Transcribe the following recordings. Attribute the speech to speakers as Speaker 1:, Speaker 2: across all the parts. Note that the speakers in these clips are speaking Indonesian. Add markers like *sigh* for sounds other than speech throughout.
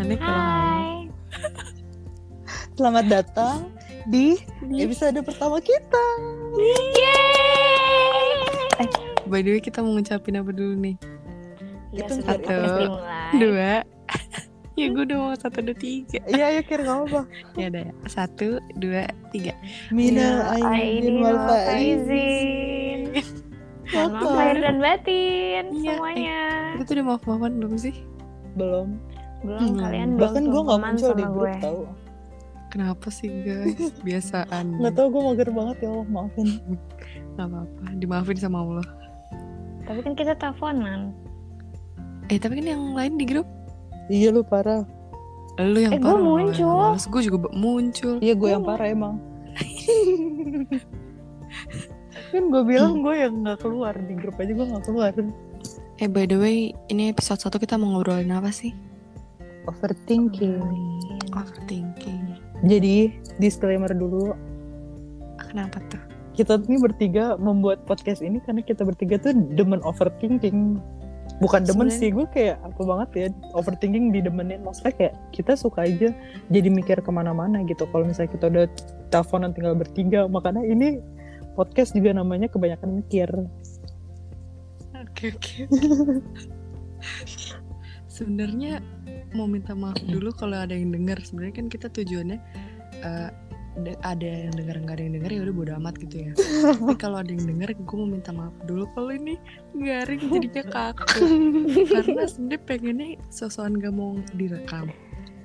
Speaker 1: Aneh kalau
Speaker 2: Hai.
Speaker 3: Selamat datang
Speaker 1: Eh,
Speaker 3: di
Speaker 2: Di-
Speaker 3: episode pertama kita.
Speaker 2: Yeay.
Speaker 1: By the way kita mau ngucapin apa dulu nih?
Speaker 2: Gila,
Speaker 3: Hitung
Speaker 2: sudah
Speaker 1: dari
Speaker 2: kita
Speaker 1: satu,
Speaker 2: mesti mulai.
Speaker 1: Dua. *laughs* ya gue udah mau satu dua tiga.
Speaker 3: Iya, ya kira nggak apa.
Speaker 1: Ya ada ya. Satu dua tiga.
Speaker 3: Minal aidin
Speaker 2: Aidin
Speaker 3: wal
Speaker 2: wal
Speaker 3: faizin.
Speaker 2: faizin. Mohon
Speaker 3: Maaf.
Speaker 2: Maaf lahir dan batin
Speaker 1: Iya,
Speaker 2: semuanya.
Speaker 1: Kita tuh udah maaf maafan belum sih?
Speaker 3: Belum.
Speaker 2: Belum
Speaker 1: Hmm.
Speaker 2: kalian belum
Speaker 3: Bahkan gue nggak
Speaker 2: teman
Speaker 3: muncul di
Speaker 2: sama
Speaker 3: grup
Speaker 2: gue.
Speaker 3: tahu.
Speaker 1: Kenapa sih guys?
Speaker 2: *laughs*
Speaker 1: Biasaan.
Speaker 3: Nggak tahu gue mager banget ya Allah maafin.
Speaker 1: Gak apa-apa. Dimaafin sama Allah.
Speaker 2: Tapi kan kita teleponan.
Speaker 1: Eh tapi kan yang lain di grup.
Speaker 3: Iya lu parah.
Speaker 1: Lu yang
Speaker 2: Eh, gua muncul. Ya.
Speaker 1: Gue juga ba- muncul.
Speaker 3: Iya gue yang parah emang. *laughs* kan gue bilang gue yang nggak keluar di grup aja gue nggak keluar.
Speaker 1: Eh by the way ini episode satu kita mau ngobrolin apa sih?
Speaker 3: Overthinking.
Speaker 1: Overthinking.
Speaker 3: Jadi disclaimer dulu
Speaker 1: Kenapa tuh?
Speaker 3: kita ini bertiga membuat podcast ini karena kita bertiga tuh demen overthinking bukan demen
Speaker 1: Sebenarnya-
Speaker 3: sih gue kayak apa banget ya overthinking didemenin maksudnya kayak kita suka aja jadi mikir kemana-mana gitu kalau misalnya kita udah teleponan tinggal bertiga makanya ini podcast juga namanya kebanyakan mikir
Speaker 1: Oke oke. sebenarnya mau minta maaf dulu kalau ada yang dengar. Sebenarnya kan kita tujuannya eh, de- ada yang dengar nggak ada yang dengar ya udah bodo amat gitu ya. Tapi kalau ada yang dengar, gue mau minta maaf dulu kalau ini garing jadinya kaku. Karena sebenarnya pengennya sosokan gak mau direkam.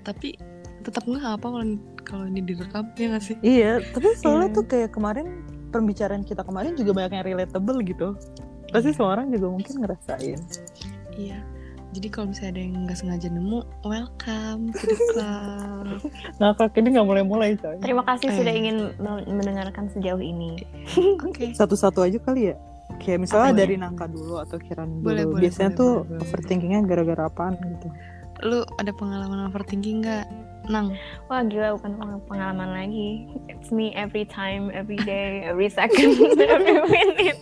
Speaker 1: Tapi tetap nggak apa kalau kalau ini direkam ya nggak sih?
Speaker 3: iya tapi soalnya
Speaker 2: Iya.
Speaker 3: tuh kayak kemarin pembicaraan kita kemarin juga banyak yang relatable gitu pasti semua orang juga mungkin ngerasain
Speaker 1: Iya. Jadi kalau misalnya ada yang nggak sengaja nemu, welcome to the club.
Speaker 3: nah kak ini nggak mulai-mulai coy
Speaker 2: Terima kasih
Speaker 1: Eh.
Speaker 2: sudah ingin men- mendengarkan sejauh ini.
Speaker 1: Oke.
Speaker 3: satu-satu aja kali ya kayak misalnya
Speaker 1: Apa
Speaker 3: dari
Speaker 1: ya?
Speaker 3: Nangka dulu atau Kiran dulu
Speaker 1: Boleh, boleh,
Speaker 3: biasanya
Speaker 1: boleh,
Speaker 3: tuh
Speaker 1: boleh, boleh.
Speaker 3: overthinkingnya gara-gara apaan gitu
Speaker 1: Lu ada pengalaman overthinking nggak? Nang.
Speaker 2: Wah gila bukan peng- pengalaman lagi. It's me every time, every day, every second, *laughs* every minute.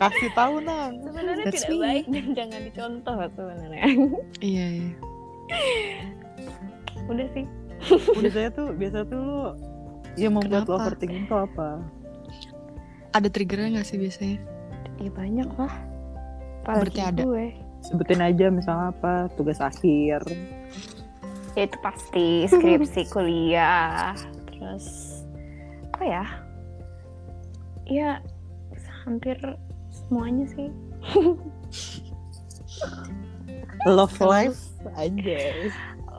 Speaker 3: kasih tahu Nang
Speaker 2: Sebenarnya
Speaker 1: That's
Speaker 2: tidak
Speaker 1: me.
Speaker 2: baik dan jangan dicontoh sebenarnya.
Speaker 1: Iya, iya.
Speaker 2: Udah sih.
Speaker 3: *laughs* biasanya tuh biasanya tuh lu yang membuat lo
Speaker 1: Kenapa?
Speaker 3: overthinking tuh apa
Speaker 1: Ada triggernya nggak sih biasanya?
Speaker 2: Ya banyak lah.
Speaker 1: Berarti ada.
Speaker 2: gue.
Speaker 3: sebutin aja misalnya apa tugas akhir
Speaker 2: Ya itu pasti *laughs* skripsi kuliah. Terus apa ya? Ya hampir semuanya sih.
Speaker 3: love life aja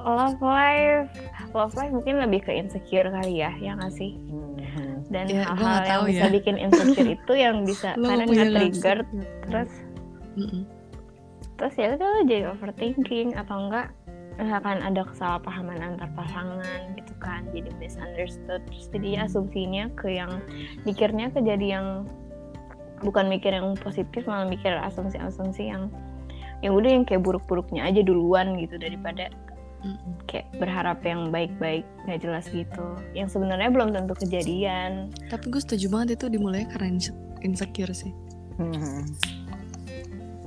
Speaker 2: Love life. Love life mungkin lebih ke insecure kali ya, ya nggak sih? Dan
Speaker 1: Ya, gua
Speaker 2: hal-hal
Speaker 1: nggak
Speaker 2: yang
Speaker 1: tahu
Speaker 2: bisa
Speaker 1: ya.
Speaker 2: bikin insecure itu
Speaker 1: *laughs*
Speaker 2: yang bisa
Speaker 1: Lu
Speaker 2: kadang
Speaker 1: punya
Speaker 2: nge-trigger
Speaker 1: langsung.
Speaker 2: terus
Speaker 1: Mm-mm.
Speaker 2: terus ya udah lo jadi overthinking atau enggak misalkan ada kesalahpahaman antar pasangan gitu kan jadi misunderstood terus jadi asumsinya ke yang mikirnya ke jadi yang bukan mikir yang positif malah mikir asumsi-asumsi yang yang udah yang kayak buruk-buruknya aja duluan gitu daripada
Speaker 1: Mm-mm.
Speaker 2: kayak berharap yang baik-baik nggak jelas gitu yang sebenarnya belum tentu kejadian
Speaker 1: Tapi gue setuju banget itu dimulai karena inse- insecure sih.
Speaker 3: Mm-hmm.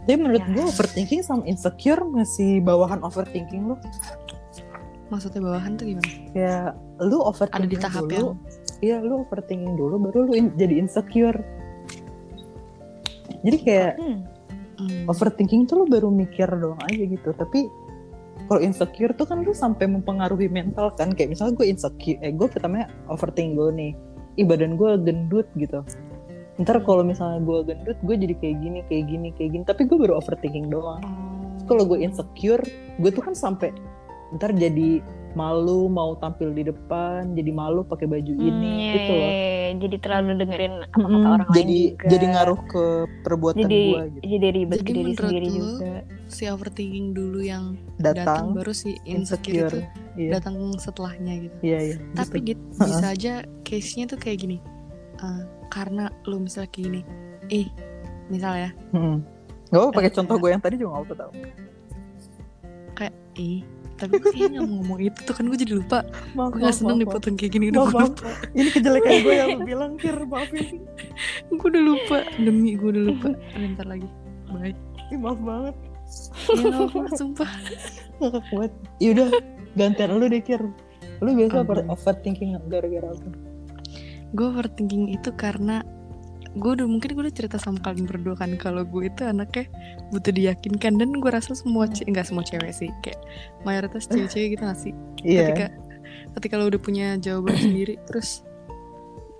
Speaker 3: Tapi menurut
Speaker 2: Ya.
Speaker 3: gue overthinking sama insecure masih bawahan overthinking lu.
Speaker 1: Maksudnya bawahan tuh gimana?
Speaker 3: Ya, lu overthinking
Speaker 1: Ada di tahap
Speaker 3: dulu.
Speaker 1: yang
Speaker 3: Iya, lu overthinking dulu baru lu in- jadi insecure. Jadi kayak
Speaker 2: hmm.
Speaker 1: mm,
Speaker 3: overthinking tuh lu baru mikir doang aja gitu tapi kalau insecure tuh kan lu sampai mempengaruhi mental kan kayak misalnya gue insecure eh gue pertamanya overthinking dulu nih ih badan gue gendut gitu ntar kalau misalnya gue gendut gue jadi kayak gini kayak gini kayak gini tapi gue baru overthinking doang
Speaker 1: oh.
Speaker 3: kalau gue insecure gue tuh kan sampai ntar jadi malu mau tampil di depan jadi malu pakai baju ini
Speaker 1: iya,
Speaker 2: Hmm,
Speaker 3: gitu loh
Speaker 2: jadi terlalu dengerin apa kata
Speaker 3: Mm-mm,
Speaker 2: orang
Speaker 3: jadi
Speaker 2: lain juga.
Speaker 3: jadi ngaruh ke perbuatan
Speaker 2: jadi
Speaker 3: gue gitu
Speaker 2: jadi ribet
Speaker 1: Jadi
Speaker 2: ke diri
Speaker 1: menurut
Speaker 2: sendiri
Speaker 1: lu,
Speaker 2: juga
Speaker 1: si overthinking dulu yang datang,
Speaker 3: datang,
Speaker 1: baru si insecure,
Speaker 3: insecure
Speaker 1: itu
Speaker 3: iya
Speaker 1: datang setelahnya gitu.
Speaker 3: Iya, iya.
Speaker 1: Tapi dit, bisa aja case-nya tuh kayak gini. Eh, karena lu misalnya kayak gini. Eh, misalnya
Speaker 3: Hmm. Gak apa pakai contoh gue yang tadi juga gak apa tau
Speaker 1: Ih, tapi gue kayaknya gak mau ngomong itu tuh kan gue jadi lupa.
Speaker 3: Maaf,
Speaker 1: Gue gak seneng dipotong kayak gini udah
Speaker 3: Maaf,
Speaker 1: gue *laughs*
Speaker 3: maaf.
Speaker 1: lupa.
Speaker 3: Ini kejelekan gue yang lu bilang, Kir, maafin
Speaker 1: *laughs* Gue udah lupa. Demi gue udah lupa. Bentar lagi. Bye.
Speaker 3: Ih, maaf banget
Speaker 1: *laughs* ya Allah, sumpah
Speaker 3: Ngakak banget. Yaudah, Ya gantian lu deh, Kir. Lu biasa
Speaker 1: Ampun.
Speaker 3: over- overthinking gara-gara apa?
Speaker 1: gue overthinking itu karena gue udah mungkin gue udah cerita sama kalian berdua kan kalau gue itu anaknya butuh diyakinkan dan gue rasa semua ce- nggak semua cewek sih kayak mayoritas cewek-cewek gitu gak sih
Speaker 3: Iya.
Speaker 1: ketika ketika lo udah punya jawaban
Speaker 3: *clears throat*
Speaker 1: sendiri terus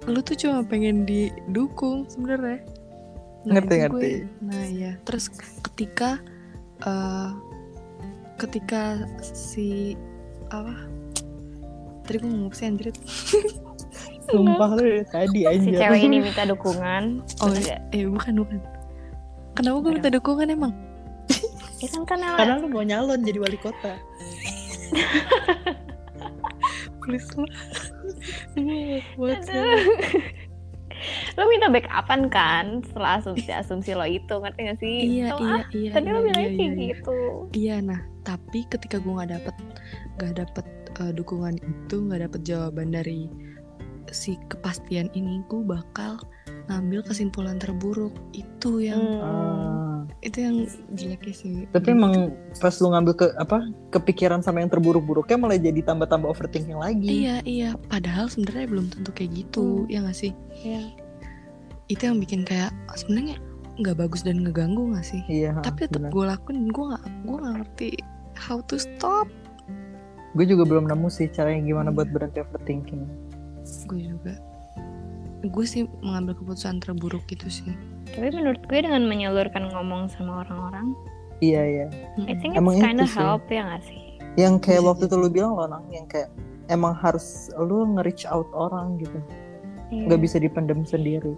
Speaker 1: lu tuh cuma pengen didukung sebenarnya Nah,
Speaker 3: Ngerti,
Speaker 1: itu gue-
Speaker 3: ngerti.
Speaker 1: nah iya terus ketika eh, ketika si apa tadi gue ngomong sih anjir
Speaker 3: Sumpah lu dari
Speaker 2: si
Speaker 3: tadi anjir.
Speaker 2: cewek ini minta dukungan
Speaker 1: Oh,
Speaker 2: terus ya,
Speaker 1: eh bukan bukan kenapa gue
Speaker 3: Iya.
Speaker 1: minta dukungan emang
Speaker 2: ya kan kan
Speaker 3: Karena lu mau nyalon jadi wali kota.
Speaker 1: please lah Gue buat
Speaker 2: Aduh. lo minta backupan kan setelah asumsi-asumsi lo itu ngerti gak sih?
Speaker 1: iya
Speaker 2: Tau,
Speaker 1: iya
Speaker 2: ah,
Speaker 1: iya
Speaker 2: Tadi lo
Speaker 1: iya,
Speaker 2: bilangnya
Speaker 1: iya,
Speaker 2: kayak
Speaker 1: iya.
Speaker 2: gitu.
Speaker 1: Iya nah, tapi ketika gue nggak dapet nggak dapet eh, dukungan itu, nggak dapet jawaban dari si kepastian ini, gue bakal ngambil kesimpulan terburuk itu yang
Speaker 2: Hmm.
Speaker 1: itu yang jeleknya sih.
Speaker 3: Ah.
Speaker 1: Iya.
Speaker 3: Tapi emang pas lu ngambil ke apa kepikiran sama yang terburuk-buruknya malah jadi tambah-tambah overthinking lagi.
Speaker 1: Iya iya, padahal sebenarnya belum tentu kayak gitu, ya nggak sih?
Speaker 2: Iya.
Speaker 1: Itu yang bikin kayak sebenarnya nggak bagus dan ngeganggu nggak sih?
Speaker 3: Iya.
Speaker 2: Ah,
Speaker 1: tapi tetap gue lakuin, gue nggak gue nggak ngerti how to stop.
Speaker 3: Gue juga belum nemu sih caranya gimana
Speaker 2: Iya.
Speaker 3: buat berhenti overthinking.
Speaker 1: Gue juga gue sih mengambil keputusan terburuk gitu sih.
Speaker 2: Tapi menurut gue dengan menyalurkan ngomong sama orang-orang,
Speaker 3: Iya iya.
Speaker 2: I
Speaker 1: Mm-mm.
Speaker 2: think
Speaker 3: Emang
Speaker 2: it's kinda
Speaker 3: itu sih.
Speaker 2: help ya gak sih?
Speaker 3: Yang kayak
Speaker 2: Iya,
Speaker 1: Bisa
Speaker 3: waktu itu lu bilang loh Nang, yang kayak emang harus lu nge-reach out orang gitu.
Speaker 2: Iya.
Speaker 3: Gak bisa dipendam sendiri.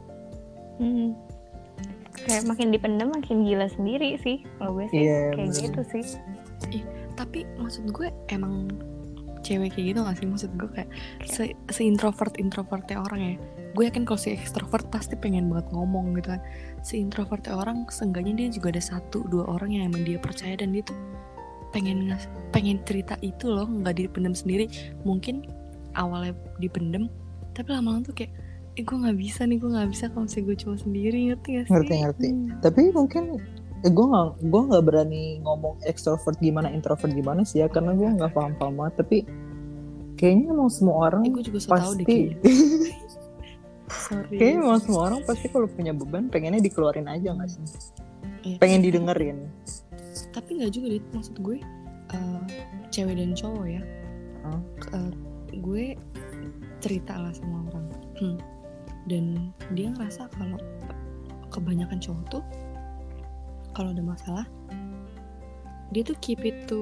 Speaker 2: Hmm. Kayak makin dipendam makin gila sendiri sih kalau gue sih
Speaker 3: Iya,
Speaker 2: kayak
Speaker 3: bener.
Speaker 2: gitu sih.
Speaker 1: tapi maksud gue emang cewek kayak gitu gak sih maksud gue kayak se, introvert introvertnya orang ya gue yakin kalau si ekstrovert pasti pengen banget ngomong gitu kan si introvertnya orang seenggaknya dia juga ada satu dua orang yang emang dia percaya dan dia tuh pengen ngas- pengen cerita itu loh nggak dipendem sendiri mungkin awalnya dipendem tapi lama-lama tuh kayak eh gue nggak bisa nih gue nggak bisa kalau misalnya gue cuma sendiri ngerti gak sih
Speaker 3: Ngerti, ngerti.
Speaker 1: Hmm.
Speaker 3: tapi mungkin eh, gue nggak gue nggak berani ngomong extrovert gimana introvert gimana sih ya karena gue nggak paham paham banget tapi kayaknya emang semua orang
Speaker 1: eh, gue juga so tau deh
Speaker 3: pasti *laughs*
Speaker 1: kayaknya. sorry
Speaker 3: kayaknya emang semua orang pasti kalau punya beban pengennya dikeluarin aja nggak sih
Speaker 1: Iya.
Speaker 3: pengen didengerin
Speaker 1: tapi nggak juga dit maksud gue eh, cewek dan cowok ya
Speaker 3: Hmm.
Speaker 1: Eh, gue cerita lah sama orang Hmm. dan dia ngerasa kalau kebanyakan cowok tuh kalau ada masalah dia tuh keep it to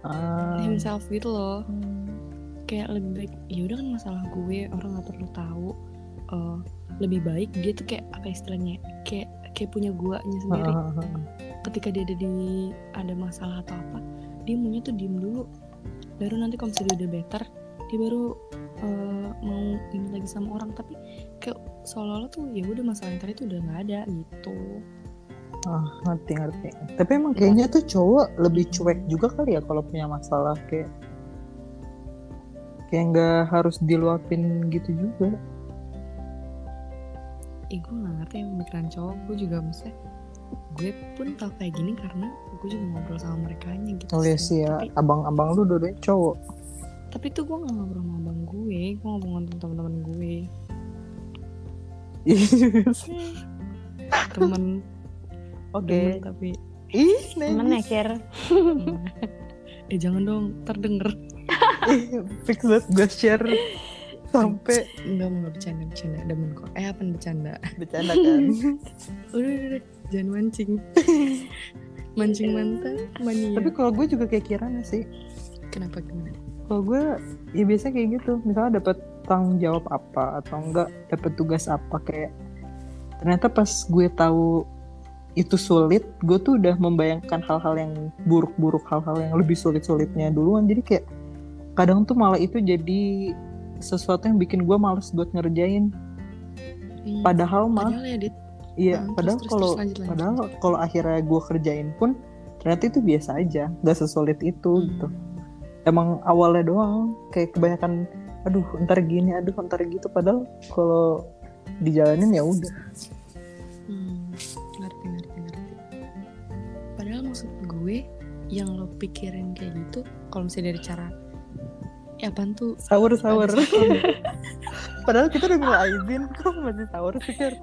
Speaker 3: Ah,
Speaker 1: himself gitu loh kayak lebih baik ya udah kan masalah gue orang nggak perlu tahu Eh, lebih baik dia tuh kayak apa istilahnya kayak kayak punya guanya sendiri
Speaker 3: ah, ah,
Speaker 1: ketika dia ada di ada masalah atau apa dia maunya tuh diem dulu baru nanti kalau misalnya dia udah better dia baru eh, mau ini lagi sama orang tapi kayak seolah-olah tuh ya udah masalah yang tadi tuh udah nggak ada gitu
Speaker 3: ah, ngerti ngerti tapi emang kayaknya tuh cowok lebih cuek juga kali ya kalau punya masalah kayak kayak nggak harus diluapin gitu juga
Speaker 1: eh gue nggak ngerti yang pemikiran cowok gue juga maksudnya gue pun tau kayak gini karena gue juga ngobrol sama mereka gitu
Speaker 3: oh iya
Speaker 1: sih.
Speaker 3: sih ya
Speaker 1: tapi,
Speaker 3: abang-abang lu dua cowok *laughs*
Speaker 1: tapi tuh gue nggak ngobrol sama abang gue gue ngobrol sama teman-teman
Speaker 3: *laughs*
Speaker 1: gue temen oh,
Speaker 3: Oke.
Speaker 1: temen tapi
Speaker 3: Ih,
Speaker 2: Temen ya
Speaker 3: najis.
Speaker 2: Kir?
Speaker 1: Iya. eh jangan dong terdenger
Speaker 3: Ih, fix banget gue share sampai
Speaker 1: Enggak mau nggak bercanda bercanda demen kok eh apa bercanda
Speaker 3: bercanda kan.
Speaker 1: *laughs* Iya. udah udah, udah. Iya. jangan *laughs* mancing mancing mantan mania
Speaker 3: Tapi kalau gue juga kayak Kirana sih.
Speaker 1: kenapa gimana
Speaker 3: Kalau gue ya biasanya kayak gitu. Misalnya dapat tanggung jawab apa atau enggak dapat tugas apa kayak ternyata pas gue tahu itu sulit, gue tuh udah membayangkan hal-hal yang buruk-buruk, hal-hal yang lebih sulit-sulitnya duluan. Jadi kayak kadang tuh malah itu jadi sesuatu yang bikin gue males buat ngerjain.
Speaker 1: Hmm,
Speaker 3: Padahal mah,
Speaker 1: padahal ya dit
Speaker 3: iya.
Speaker 1: Hmm,
Speaker 3: padahal
Speaker 1: terus, terus,
Speaker 3: kalau
Speaker 1: terus, lanjut, lanjut.
Speaker 3: Padahal kalau akhirnya gue kerjain pun ternyata itu biasa aja, gak sesulit itu
Speaker 1: Hmm.
Speaker 3: gitu. Emang awalnya doang kayak kebanyakan, aduh ntar gini, aduh ntar gitu. Padahal kalau dijalanin ya udah.
Speaker 1: Hmm, ngerti ngerti ngerti pada Padahal maksud gue yang lo pikirin kayak gitu kalau misalnya dari cara ya apaan tuh
Speaker 3: sahur sahur
Speaker 1: Ada sesuatu.
Speaker 3: *laughs* padahal kita udah bilang izin *laughs* kok masih sahur sih Kir?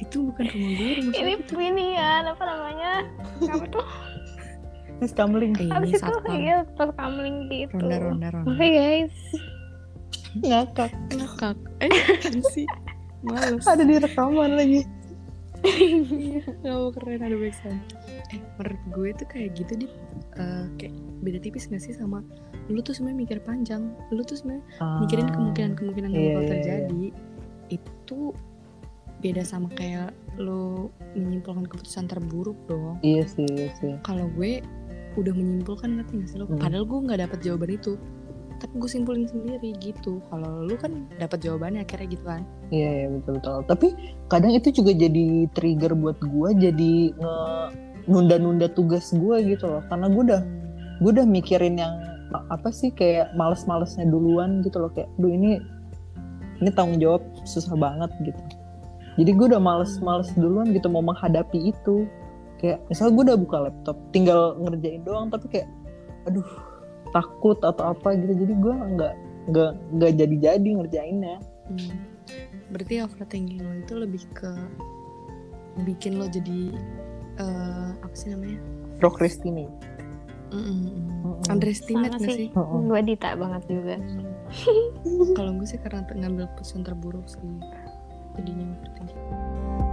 Speaker 1: itu bukan rumah gue rumah
Speaker 2: ini pilihan apa namanya apa tuh
Speaker 3: di stumbling
Speaker 1: Eh,
Speaker 2: habis
Speaker 1: ini
Speaker 2: itu
Speaker 1: satpam
Speaker 2: iya pas kamling gitu
Speaker 1: ronda ronda ronda
Speaker 2: Oke guys,
Speaker 3: ngakak
Speaker 1: ngakak eh apaan sih males
Speaker 3: ada di rekaman lagi
Speaker 1: Gak mau keren ada back sound. Eh menurut gue tuh kayak gitu di kayak beda tipis gak sih sama lu tuh sebenarnya mikir panjang, lu tuh sebenarnya mikirin kemungkinan-kemungkinan yang
Speaker 3: iya,
Speaker 1: bakal
Speaker 3: iya, iya.
Speaker 1: terjadi itu beda sama kayak lu menyimpulkan keputusan terburuk dong.
Speaker 3: iya sih iya sih
Speaker 1: Kalau gue udah menyimpulkan ngerti gak sih lo?
Speaker 3: Hmm.
Speaker 1: Padahal gue nggak dapet jawaban itu, tapi gue simpulin sendiri gitu. Kalau lu kan dapet jawabannya akhirnya gitu kan.
Speaker 3: Iya, iya betul betul. Tapi kadang itu juga jadi trigger buat gua jadi nge nunda-nunda tugas gua gitu loh. Karena gua udah gua udah mikirin yang a- apa sih kayak males-malesnya duluan gitu loh kayak duh ini ini tanggung jawab susah banget gitu. Jadi gua udah males-males duluan gitu mau menghadapi itu. Kayak misal gua udah buka laptop, tinggal ngerjain doang tapi kayak aduh takut atau apa gitu. Jadi gua nggak nggak nggak jadi-jadi ngerjainnya.
Speaker 1: Hmm. Berarti overthinking lo itu lebih ke bikin lo jadi eh, apa sih namanya?
Speaker 3: Procrastinate.
Speaker 1: Mm-mm.
Speaker 3: Mm-mm.
Speaker 1: Underestimate
Speaker 2: Sama
Speaker 1: gak
Speaker 2: sih. *laughs*
Speaker 1: sih?
Speaker 3: Oh,
Speaker 2: gue dita banget juga.
Speaker 1: Kalau gue sih karena te- ngambil keputusan terburuk sih jadinya overthinking.